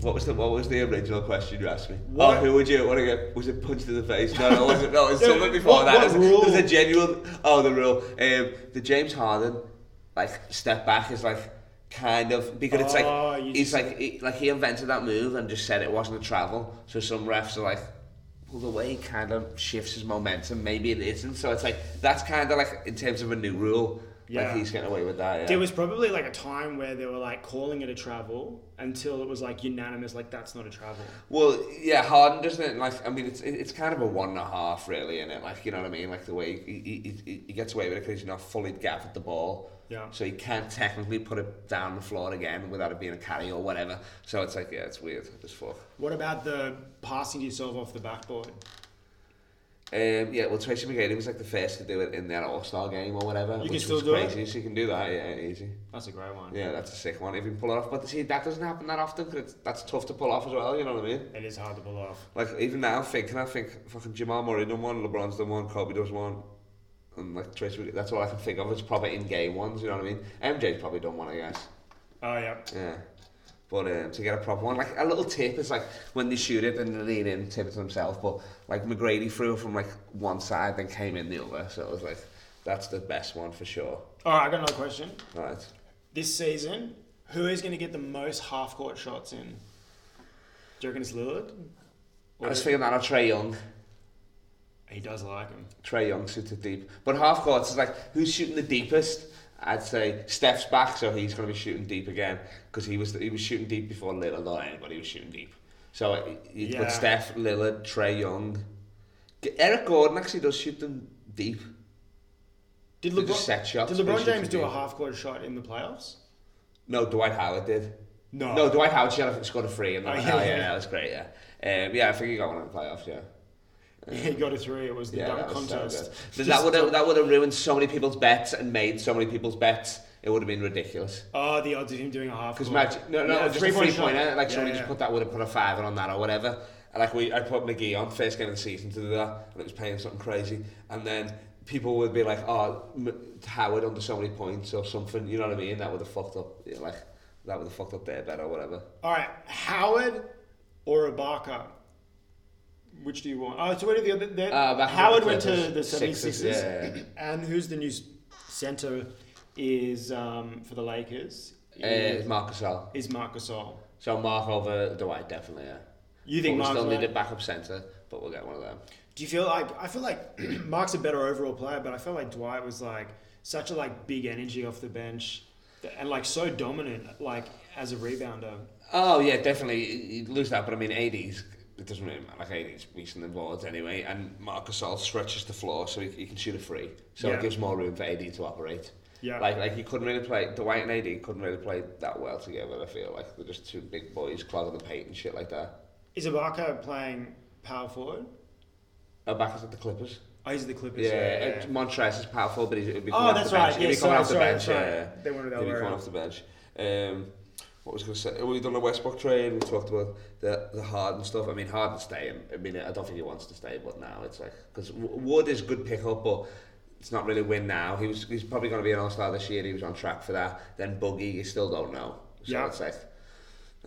what was the what was the original question you asked me?
What-
Oh, who would you want to get? Was it punched in the face? No, no, it wasn't. No, it was
Yeah,
something before
what-
that.
what
It was-
rule?
It was a genuine. Oh, the rule. Um, the James Harden like step back is like kind of because it's
Oh,
like
you
he's
just-
like he, like he invented that move and just said it wasn't a travel. So some refs are like. Well, the way he kind of shifts his momentum, maybe it isn't. So it's like that's kind of like in terms of a new rule. Like
Yeah.
he's getting away with that. Yeah.
There was probably like a time where they were like calling it a travel until it was like unanimous, like that's not a travel.
Well, yeah, Harden doesn't it? Like, I mean, it's it- it's kind of a one and a half, really, in it. Like, you know what I mean? Like the way he, he, he, he gets away with it because he's not fully gathered the ball.
Yeah.
So he can't technically put it down the floor again without it being a carry or whatever. So it's like, yeah, it's weird as fuck.
What about the passing yourself off the backboard?
Um, yeah, well, Tracy McGrady was like the first to do it in their All Star game or whatever.
You can
which
still
was
do it?
crazy. So you can do that, yeah, easy.
That's a great one.
Yeah, that's a sick one if you pull it off. But see, that doesn't happen that often because that's tough to pull off as well. You know what I mean?
It is hard to pull off.
Like even now, I'm thinking I think fucking Jamal Murray done one, LeBron's done one, Kobe does one, and like Trace. Wood- That's all I can think of. It's proper in-game ones. You know what I mean? MJ's probably done one, I guess.
Oh yeah.
Yeah. But um, to get a proper one, like a little tip is like when they shoot it and they lean in, tip it to themselves. But like McGrady threw it from like one side, then came in the other. So it was like that's the best one for sure.
All right, I got another question.
Right.
This season, who is going to get the most half court shots in? Do you reckon it's Lillard?
I was thinking that of Trey Young.
He does like him.
Trey Young shoots it deep. But half courts is like who's shooting the deepest? I'd say Steph's back, so he's going to be shooting deep again because he was he was shooting deep before Lillard or anybody was shooting deep. So uh, you
Yeah.
put Steph, Lillard, Trey Young, G- Eric Gordon actually does shoot them deep.
Did
They're
LeBron,
just set shots,
did LeBron
basically.
James do a half court shot in the playoffs?
No, Dwight Howard did.
No.
No, Dwight Howard should have scored a free, and
Oh,
oh,
yeah,
yeah,
yeah.
yeah, that was great. Yeah, um, yeah, I think he got one in the playoffs. Yeah.
he got a three. It was the
Yeah,
dunk
that was so
contest.
good. But
Just-
that would have that would have ruined so many people's bets and made so many people's bets. It would have been ridiculous.
Oh, the odds of him doing a half.
Because
court.
imagine, no, no,
Yeah,
just a
three-point
three
shot.
pointer. Like
Yeah,
somebody
yeah.
just put that would have put a fiver on that or whatever. And like we, I put McGee on first game of the season to do that, and it was paying something crazy. And then people would be like, "Oh, M- Howard under so many points or something." You know what I mean? That would have fucked up. yeah, Like that would have fucked up their bet or whatever.
All right, Howard or Ibaka? Which do you want? Oh, so what are the other? the-
Uh, back to
Howard
the
went to the
Clippers.
76ers.
Sixers, yeah, yeah.
And who's the new center is um, for the Lakers?
Uh,
Is,
Marcus Al.
is Marc Gasol.
So Mark over Dwight definitely. Yeah.
You think
but we
Marc's
still
right?
need a backup center, but we'll get one of them.
Do you feel like I feel like Mark's a better overall player, but I felt like Dwight was like such a like big energy off the bench and like so dominant like as a rebounder.
Oh yeah, definitely you lose that. But I mean, eighties. It doesn't really matter. Like eighties, reaching the boards anyway, and Marcus All stretches the floor, so he, he can shoot a free. So
Yeah.
it gives more room for AD to operate.
Yeah.
Like like you couldn't really play Dwight and AD couldn't really play that well together. I feel like they're just two big boys clogging the paint and shit like that.
Is Ibaka playing power forward?
Oh, back is at the Clippers.
Oh, he's the Clippers.
Yeah, yeah. Montrez is powerful, but he'd be
Oh,
coming off
that's
the
right,
bench.
yeah,
he'd be coming
sorry,
off the
sorry,
bench.
sorry.
Yeah, yeah.
They wanted
he'd be
Alvaro.
coming off the bench. Um, what was I going to say? Oh, We've done the Westbrook trade. We talked about the the Harden stuff. I mean, Harden staying. I mean, I don't think he wants to stay, but now it's like because Wood is good pickup, but. It's not really win now. He was he's probably going to be an all star this year. He was on track for that. Then Boogie, you still don't know. So
Yeah.
it's like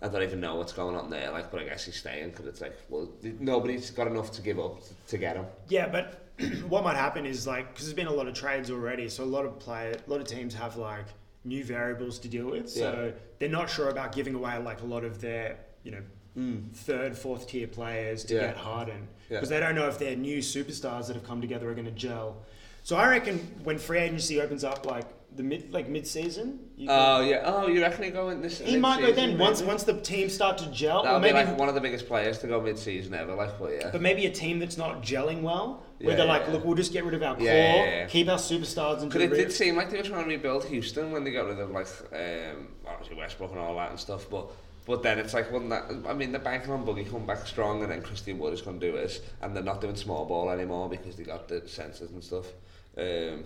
I don't even know what's going on there. Like, but I guess he's staying because it's like well, nobody's got enough to give up to, to get him.
Yeah, but what might happen is like because there's been a lot of trades already, so a lot of play, a lot of teams have like new variables to deal with. So they're not sure about giving away like a lot of their, you know, third, fourth tier players to
Mm. Yeah.
get Harden
Yeah.
because they don't know if their new superstars that have come together are going to gel. So I reckon when free agency opens up, like the mid, like mid season,
Oh yeah. Oh, you reckon he go in this?
he might go
mid-season,
then
maybe?
once once the teams start to gel,
That'll
or maybe
be like one of the biggest players to go mid-season ever. Like, but yeah.
But maybe a team that's not gelling well, where
Yeah,
they're
yeah,
like,
yeah.
look, we'll just get rid of our core,
Yeah, yeah, yeah.
keep our superstars and do
Because it
re-
did seem like they were trying to rebuild Houston when they got rid of like um, obviously Westbrook and all that and stuff, but. But then it's like, well, that, I mean, they're banking on Boogie come back strong, and then Christian Wood is going to do it, and they're not doing small ball anymore because they got the sensors and stuff. Um,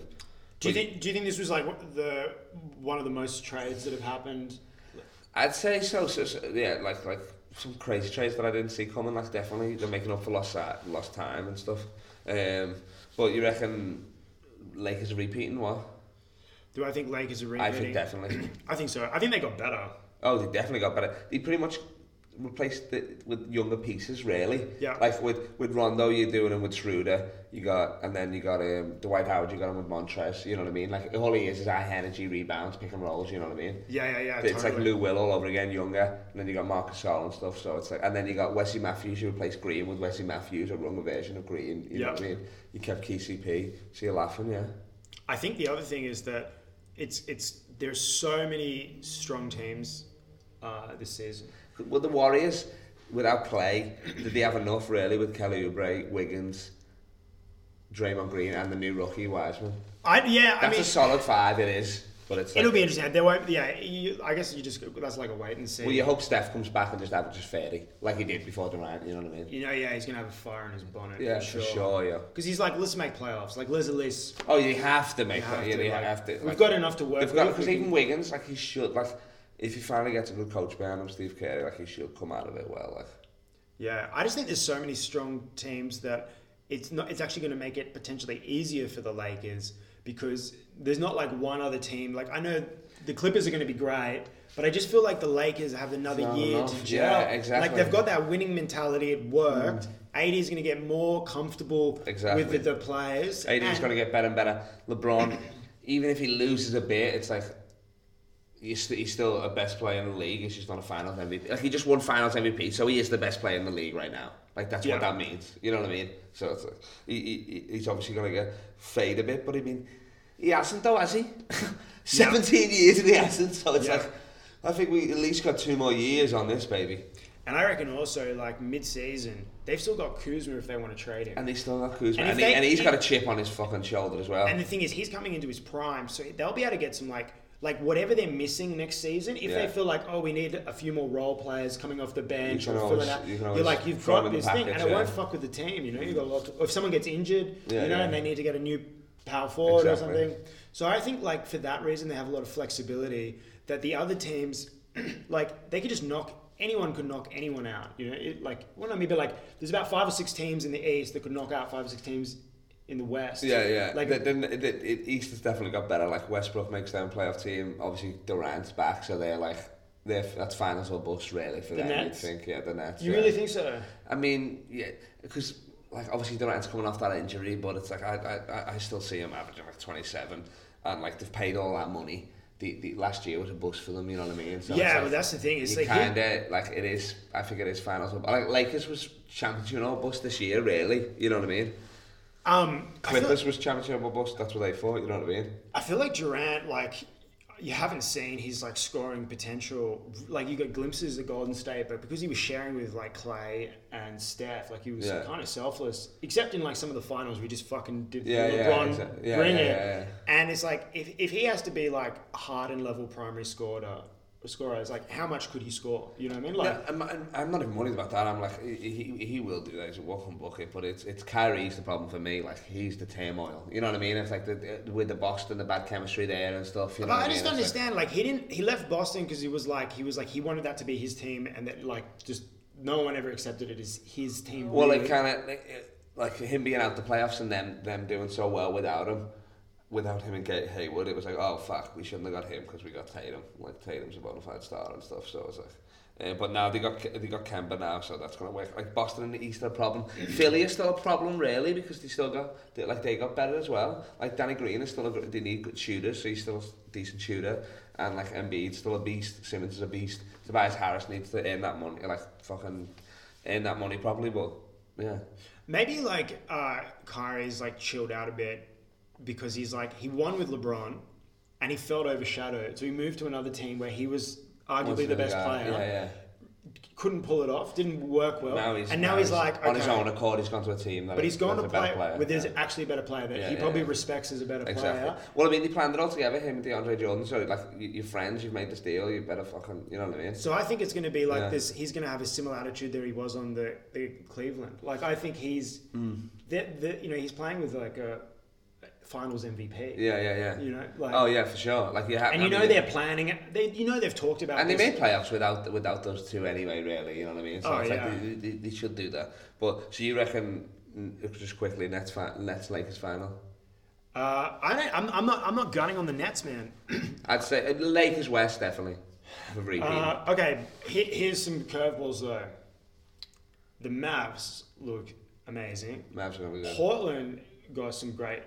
Do you
but
think? Do you think this was like what- the one of the most trades that have happened?
I'd say so, so, so. Yeah, like like some crazy trades that I didn't see coming. Like definitely they're making up for lost si- lost time and stuff. Um, but you reckon Lakers are repeating what?
Do I think Lakers are
I
rebuilding?
think definitely.
I think so. I think they got better.
Oh, they definitely got better. They pretty much replaced it with younger pieces, really.
Yeah.
Like with, with Rondo, you're doing him with Schroeder. You got and then you got um, Dwight Howard. You got him with Montrez. You know what I mean? Like all he is is high energy rebounds, pick and rolls. You know what I mean?
Yeah, yeah, yeah.
It's
totally.
like Lou Will all over again, younger, and then you got Marcus All and stuff. So it's like, and then you got Wesley Matthews. You replaced Green with Wesley Matthews, a younger version of Green. You know
Yeah.
what I mean? You kept KCP. So you're laughing, yeah.
I think the other thing is that it's it's there's so many strong teams uh, this season.
Well, the Warriors, without Clay, did they have enough really with Kelly Oubre, Wiggins, Draymond Green, and the new rookie Wiseman?
I yeah,
That's
I mean,
a solid five, it is. But it's like,
it'll be interesting. There won't. Yeah, you, I guess you just that's like a wait and see.
Well, you hope Steph comes back and just averages thirty, like he did before Durant. You know what I mean?
You know, yeah, he's gonna have a fire in his bonnet.
Yeah, for sure. Yeah.
Because he's like, let's make playoffs. Like, let's at least
Oh, you have to make.
have
yeah,
to,
they
like,
have to.
we've
like-
got enough to work
They've got
with.
because even Wiggins, like he should, like if he finally gets a good coach behind him, Steve Kerr, like he should come out of it well. Like
Yeah, I just think there's so many strong teams that it's not. It's actually going to make it potentially easier for the Lakers because there's not like one other team. Like I know the Clippers are going to be great, but I just feel like the Lakers have another
Not
year
enough.
to gel.
Yeah, exactly. Mm.
Like they've got that winning mentality. It worked. AD is going to get more comfortable
Exactly.
with the, the players.
AD's
and-
going to get better and better. LeBron, even if he loses a bit, it's like he's, st- he's still a best player in the league. He's just not a Finals MVP. Like he just won Finals MVP, so he is the best player in the league right now. Like that's
Yeah.
what that means. You know what I mean? So it's like, he, he, he's obviously going to get fade a bit, but I mean, he hasn't though, has he? Seventeen years and he hasn't. So it's
Yeah.
like, I think we at least got two more years on this baby,
And I reckon also like mid-season, they've still got Kuzma if they want to trade him.
and they still got
And if
Kuzma, and, he,
they-
and he's got a chip on his fucking shoulder as well.
And the thing is, he's coming into his prime, so they'll be able to get some like like whatever they're missing next season. If they
Yeah.
feel like, oh, we need a few more role players coming off the bench
can
or
always-
filling out,
you can
you are
always
like you've
throw 'em
got
in the
this thing, and
package,
it won't
yeah.
fuck with the team. You know, you've got a lot. To, or if someone gets injured,
Yeah,
you know,
yeah.
and they need to get a new power forward
Exactly.
or something. So I think like for that reason, they have a lot of flexibility that the other teams, like they could just knock. Anyone could knock anyone out, you know. It, like, well, I mean, but like, there's about five or six teams in the East that could knock out five or six teams in the West.
Yeah, yeah.
Like,
Like the, the, the, the East has definitely got better. Like Westbrook makes their own playoff team. Obviously Durant's back, so they're like they're that's finals or bust really for
The
them.
Nets?
You'd think, yeah, the Nets.
You
yeah.
really think so?
I mean, yeah, because like obviously Durant's coming off that injury, but it's like I I, I- I still see him averaging like twenty seven, and like they've paid all that money. The, the last year was a bust for them. You know what I mean? So it's
yeah,
like,
but that's the thing. It's
you
like he-
kind of like it is. I think it is finals, but like Lakers was championship or bust this year, really. You know what I mean?
um, I feel,
Clippers was championship or bust. That's what they thought. You know what I mean?
I feel like Durant, like you haven't seen his like scoring potential. Like you got glimpses at Golden State, but because he was sharing with like Clay and Steph, like he was
Yeah.
kind of selfless. Except in like some of the finals, we just fucking did
Yeah, yeah,
LeBron
exa- yeah,
bring
yeah,
it.
yeah, yeah.
And it's like if, if he has to be like Harden level primary scorer, scorer, it's like how much could he score? You know what I mean? Like
Yeah, I'm, I'm- I'm not even worried about that. I'm like, he, he, he will do that. He's a walking bucket, but it's it's Kyrie's the problem for me. Like he's the turmoil. You know what I mean? It's like the, the- with the Boston, the bad chemistry there and stuff. You know
But
what
I just
mean?
don't
It's like-
understand. Like he didn't. He left Boston because he was like he was like he wanted that to be his team, and that like just no one ever accepted it as his team.
well,
really.
it kind of like, it- like him being out the playoffs and them them doing so well without him. Without him and Gate Haywood, it was like, oh fuck, we shouldn't have got him because we got Tatum. Like Tatum's a bona fide star and stuff. So it's like, uh, but now they got Ke- they got Kemba now, so that's gonna work. Like Boston and the East are a problem. Philly is still a problem really because they still got they, like they got better as well. Like Danny Green is still a, good- they need good shooters, so he's still a decent shooter. and like Embiid's still a beast, Simmons is a beast, Tobias Harris needs to earn that money, like fucking earn that money probably, but yeah.
Maybe like uh, Kyrie's like chilled out a bit because he's like he won with LeBron and he felt overshadowed, so he moved to another team where he was arguably
Wasn't
the
a
best
guy.
player.
Yeah, yeah.
Couldn't pull it off, didn't work well,
Now he's
and now he's, like
on his
okay.
own accord. He's gone to a team, that
But he's gone
that's
to
a better
play
player.
with his
Yeah.
actually a better player that
Yeah,
he
yeah,
probably
yeah.
respects as a better
Exactly.
player.
Well, I mean, they planned it all together, him and DeAndre Jordan. So, like, y- you're friends, you've made this deal, you better fucking, you know what I mean?
So I think it's going to be like
Yeah.
this. He's going to have a similar attitude that he was on the, the Cleveland. Like I think he's
Hmm.
that that you know he's playing with like a Finals MVP.
Yeah, yeah, yeah.
You know, like
oh, yeah, for sure. Like, you have,
and you
I
know
mean,
they're planning it. They, you know they've talked about
And they
this.
made playoffs without without those two anyway, really. You know what I mean? So
Oh,
it's
yeah.
like they, they, they should do that. But so you reckon mm, just quickly Nets fi- Nets Lakers final?
Uh, I don't, I'm, I'm not. I'm not gunning on the Nets, man.
I'd say uh, Lakers West definitely for repeat.
Uh, okay, he, here's some curveballs though. The Mavs look amazing.
Mavs are gonna be good.
Portland got some great.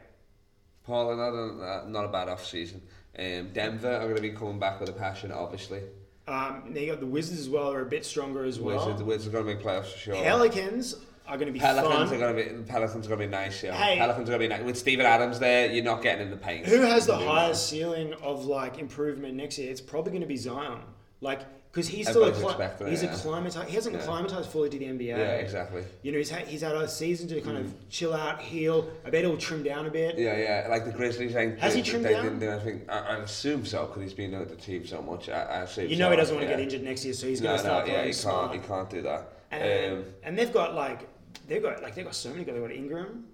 Paul, another uh, not a bad off season. Um, Denver are going to be coming back with a passion, obviously.
Um, and you got the Wizards as well. Are a bit stronger as well.
Wizards, the Wizards are going to make playoffs for sure.
Pelicans are going to be
Oh, Pelicans
fun.
are going to be Pelicans are going to be nice. Yeah.
Hey.
Pelicans are going to be nice. With Steven Adams there, you're not getting in the paint.
Who has the
You're doing
highest ceiling of like improvement next year? It's probably going to be Zion. Like because he's still
Everybody's
a
expecting it,
he's
yeah.
acclimatized. He hasn't
Yeah.
acclimatized fully to the NBA.
that. Yeah, exactly. Mm.
You know he's had, he's had a season to kind of chill out, heal. I bet he'll trim down a bit.
Yeah, yeah, like the Grizzlies. I think
Has he
they-
trimmed
they
down?
didn't do anything. I, I assume so because he's been at the team so much. I, I assume.
You know
so,
he doesn't want
yeah.
to get injured next year, so he's
No,
going to
no,
start
yeah,
playing
he can't.
smart.
He can't do that.
And,
Um,
and they've got like they've got like they've got so many. guys. They've got Ingram.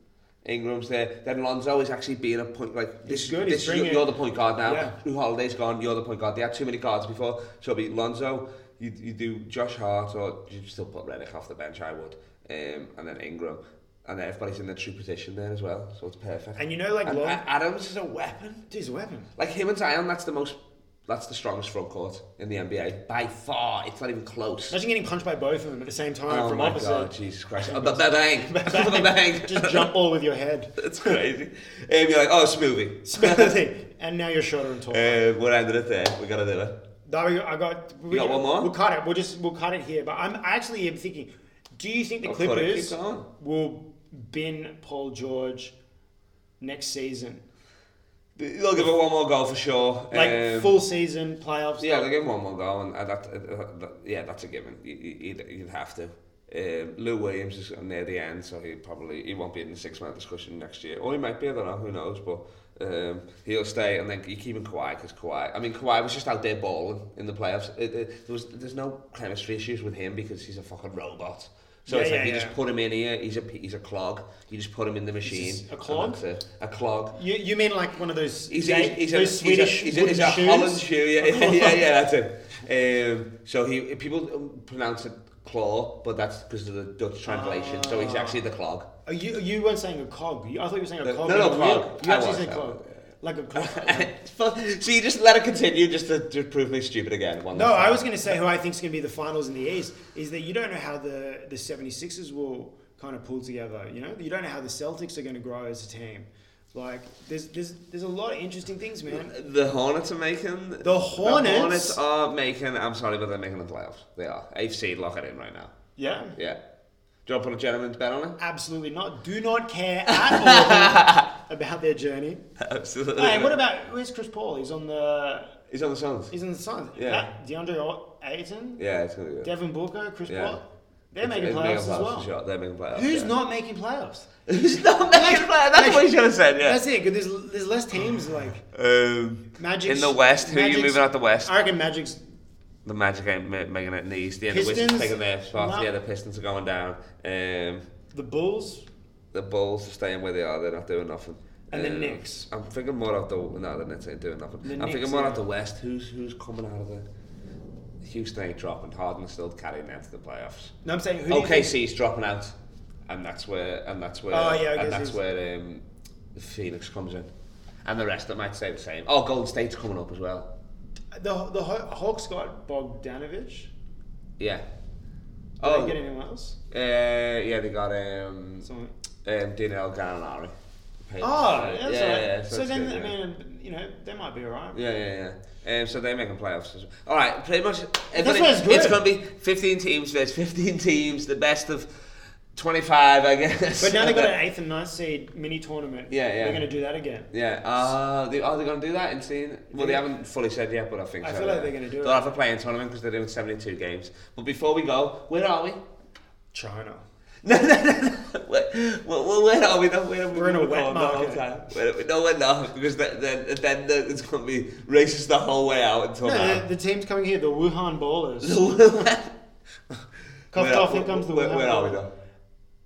Ingram's there. Then Lonzo is actually being a point like this.
He's
is
good,
This
he's
is- you're,
bringing-
you're the point guard now.
Yeah.
Drew Holiday's gone. You're the point guard. They had too many guards before. So it'll be Lonzo. You, you do Josh Hart or you still put Redick off the bench. I would. Um, and then Ingram. And then everybody's in their true position there as well. So it's perfect.
And you know, like,
And
Lon-
A- Adams is a weapon.
Dude, he's a weapon.
Like him and Zion, that's the most. That's the strongest front court in the NBA by far. It's not even close.
Imagine getting punched by both of them at the same time
oh
from
my
opposite.
god, Jesus Christ! Oh, ba- ba- bang, bang, bang.
Just jump all with your head.
That's crazy. Um, you're like, oh, smoothie.
and now you're shorter and taller.
Uh, we're ending it there. We gotta do it.
No, we- I got. We
got one more?
We'll cut it. We'll just we'll cut it here. But I'm I actually am thinking. Do you think the
I'll cut it. Keep
Clippers
going.
will bin Paul George next season?
They'll give it one more go for sure.
Like
Um,
full season playoffs.
Yeah, they'll give him one more go, and uh, that, uh, that, yeah, that's a given. You, you, you'd, you'd have to. Um, Lou Williams is near the end, so he probably he won't be in the six man discussion next year, or he might be. I don't know. Who knows? But um, he'll stay, and then you keep him Kawhi because Kawhi. I mean, Kawhi was just out there balling in the playoffs. It, it, there was there's no chemistry issues with him because he's a fucking robot. So
Yeah,
it's like
yeah,
you
yeah.
just put him in here. He's a p- he's a clog. You just put him in the machine.
just a
and
clog?
that's it. A clog.
You, you mean like one of those
He's,
yeah,
he's, he's, a,
those
he's, a,
Swedish
he's, a,
wooden
he's a
shoes?
Holland shoe, yeah, yeah, yeah, yeah, that's it. Um, so he people um, pronounce it claw, but that's because of the Dutch translation. So he's actually the clog.
Are you you weren't saying a cog. You- I thought you were saying a
No,
cog.
no,
in
no,
a
clog.
wheel. You
I
actually
was,
said
I
cog.
was, yeah.
Like a clog.
so you just let it continue, just to, to prove me stupid again. One
No,
last
I
time.
was going to say who I think is going to be the finals in the East is that you don't know how the, the 76ers will kind of pull together. You know, you don't know how the Celtics are going to grow as a team. Like, there's there's there's a lot of interesting things, man.
The Hornets are making. The
Hornets?
Hornets are making. I'm sorry, but they're making the playoffs. They are. AFC lock it in right now.
Yeah.
Yeah. Do you want to put a gentleman's bet on it?
Absolutely not. Do not care at all about their journey.
Absolutely.
Hey, what about where's Chris Paul? He's on the
He's on the Suns.
he's in the Suns.
Yeah.
That- DeAndre Ayton,
Yeah, it's gonna be good.
Devin Booker, Chris
Yeah.
Paul. They're
It's-
making
it's
playoffs as well.
for sure. They're making playoffs.
Who's
yeah.
not making playoffs?
Who's not making playoffs? That's what you should have said. Yeah.
That's it. 'cause There's there's less teams like.
Um,
Magic
In the West, who are you moving out the West?
I reckon Magic's.
the Magic ain't ma- making it in the East. Yeah, the Wizards
Pistons?
taking their spot.
No.
Yeah, the Pistons are going down. Um,
The Bulls.
the Bulls are staying where they are. They're not doing nothing.
And the
Um,
Knicks.
I'm thinking more of the no, the Knicks ain't doing nothing.
The
I'm
Knicks,
thinking more
yeah.
of the West. Who's who's coming out of the Houston ain't dropping. Harden's still carrying them to the playoffs.
No, I'm saying who. do you think-
OKC's dropping out, and that's where and that's where
Oh, yeah, I guess
and that's
it's-
where um, Phoenix comes in, and the rest that might stay the same. Oh, Golden State's coming up as well.
the the Haw- Hawks got Bogdanovich.
Yeah.
Did
Oh,
they get anyone else?
uh, yeah, they got um,
Someone.
um Daniel Gallinari. paid.
Oh, that's
yeah,
all right.
yeah, yeah.
So,
it's
then,
good,
I
yeah.
mean, you know, they might be all right.
Yeah, yeah, yeah. Um, so they're making playoffs. as well. All right, pretty much. everything-
why it's good.
It's going to be 15 teams. There's 15 teams, the best of 25, I guess.
But now they've got an eighth and ninth seed mini tournament.
Yeah, yeah.
They're going to do that again.
Yeah. Uh, they, are they going to do that in season? Well, they
Yeah.
haven't fully said yet, but I think
I
so.
feel like
yeah.
they're gonna do
They'll
it.
have a playing tournament because they're doing 72 games. But before we go, where are we?
China.
No, no, no, no. Where, where, where are we? No, where are we
We're in a
recording
wet
the whole
market.
time? Where are we? No, we're not, because then, then, then the- it's going to be racist the whole way out until
No,
now.
the, the team's coming here, the Wuhan Ballers. Cough,
Where-
cough, here comes the
where,
Wuhan
where are we
Ballers.
though?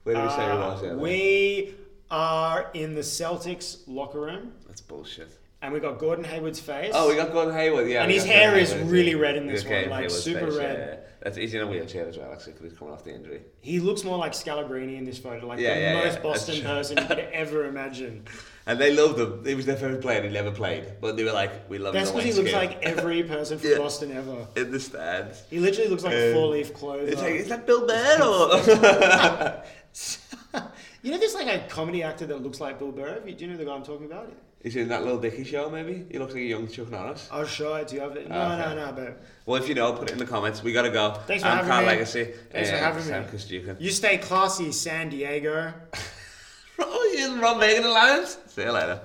Where do we say we was? Yeah,
Uh, we are in the Celtics locker room,
that's bullshit.
and we got Gordon Hayward's face.
Oh, we got Gordon Hayward. Yeah,
And
we
his
got
hair
Gordon
is
Hayward,
really
yeah.
red in this
We
one,
got Gordon
like,
Hayward's
super
face, yeah,
red.
yeah. That's he's in a wheelchair as well, actually, because he's coming off the injury.
He looks more like Scalabrini in this photo, like
Yeah,
the
yeah, yeah,
most
that's
Boston
true.
person you could ever imagine.
And they loved him. He was their favorite player. and He never played, but they were like, "We love him."
That's
on
because he
Wayne's
looks
Game.
like every person from
Yeah.
Boston ever.
in the stands.
He literally looks like
Um,
four leaf clover.
It's like, is that Bill Burr or?
you know, there's like a comedy actor that looks like Bill Burr. Do you know the guy I'm talking about?
He's in that little Dicky show, maybe. He looks like a young Chuck Norris.
I'll show it to you. I've- No,
Ah, Okay.
no, no, but
Well, if you know, put it in the comments. We gotta go.
Thanks for
I'm
having
Carl
me.
Legacy.
Thanks for
Uh,
having me.
Sam Kostukin.
you stay classy, San Diego.
Oh, you're in the Rob Megan Alliance? See you later.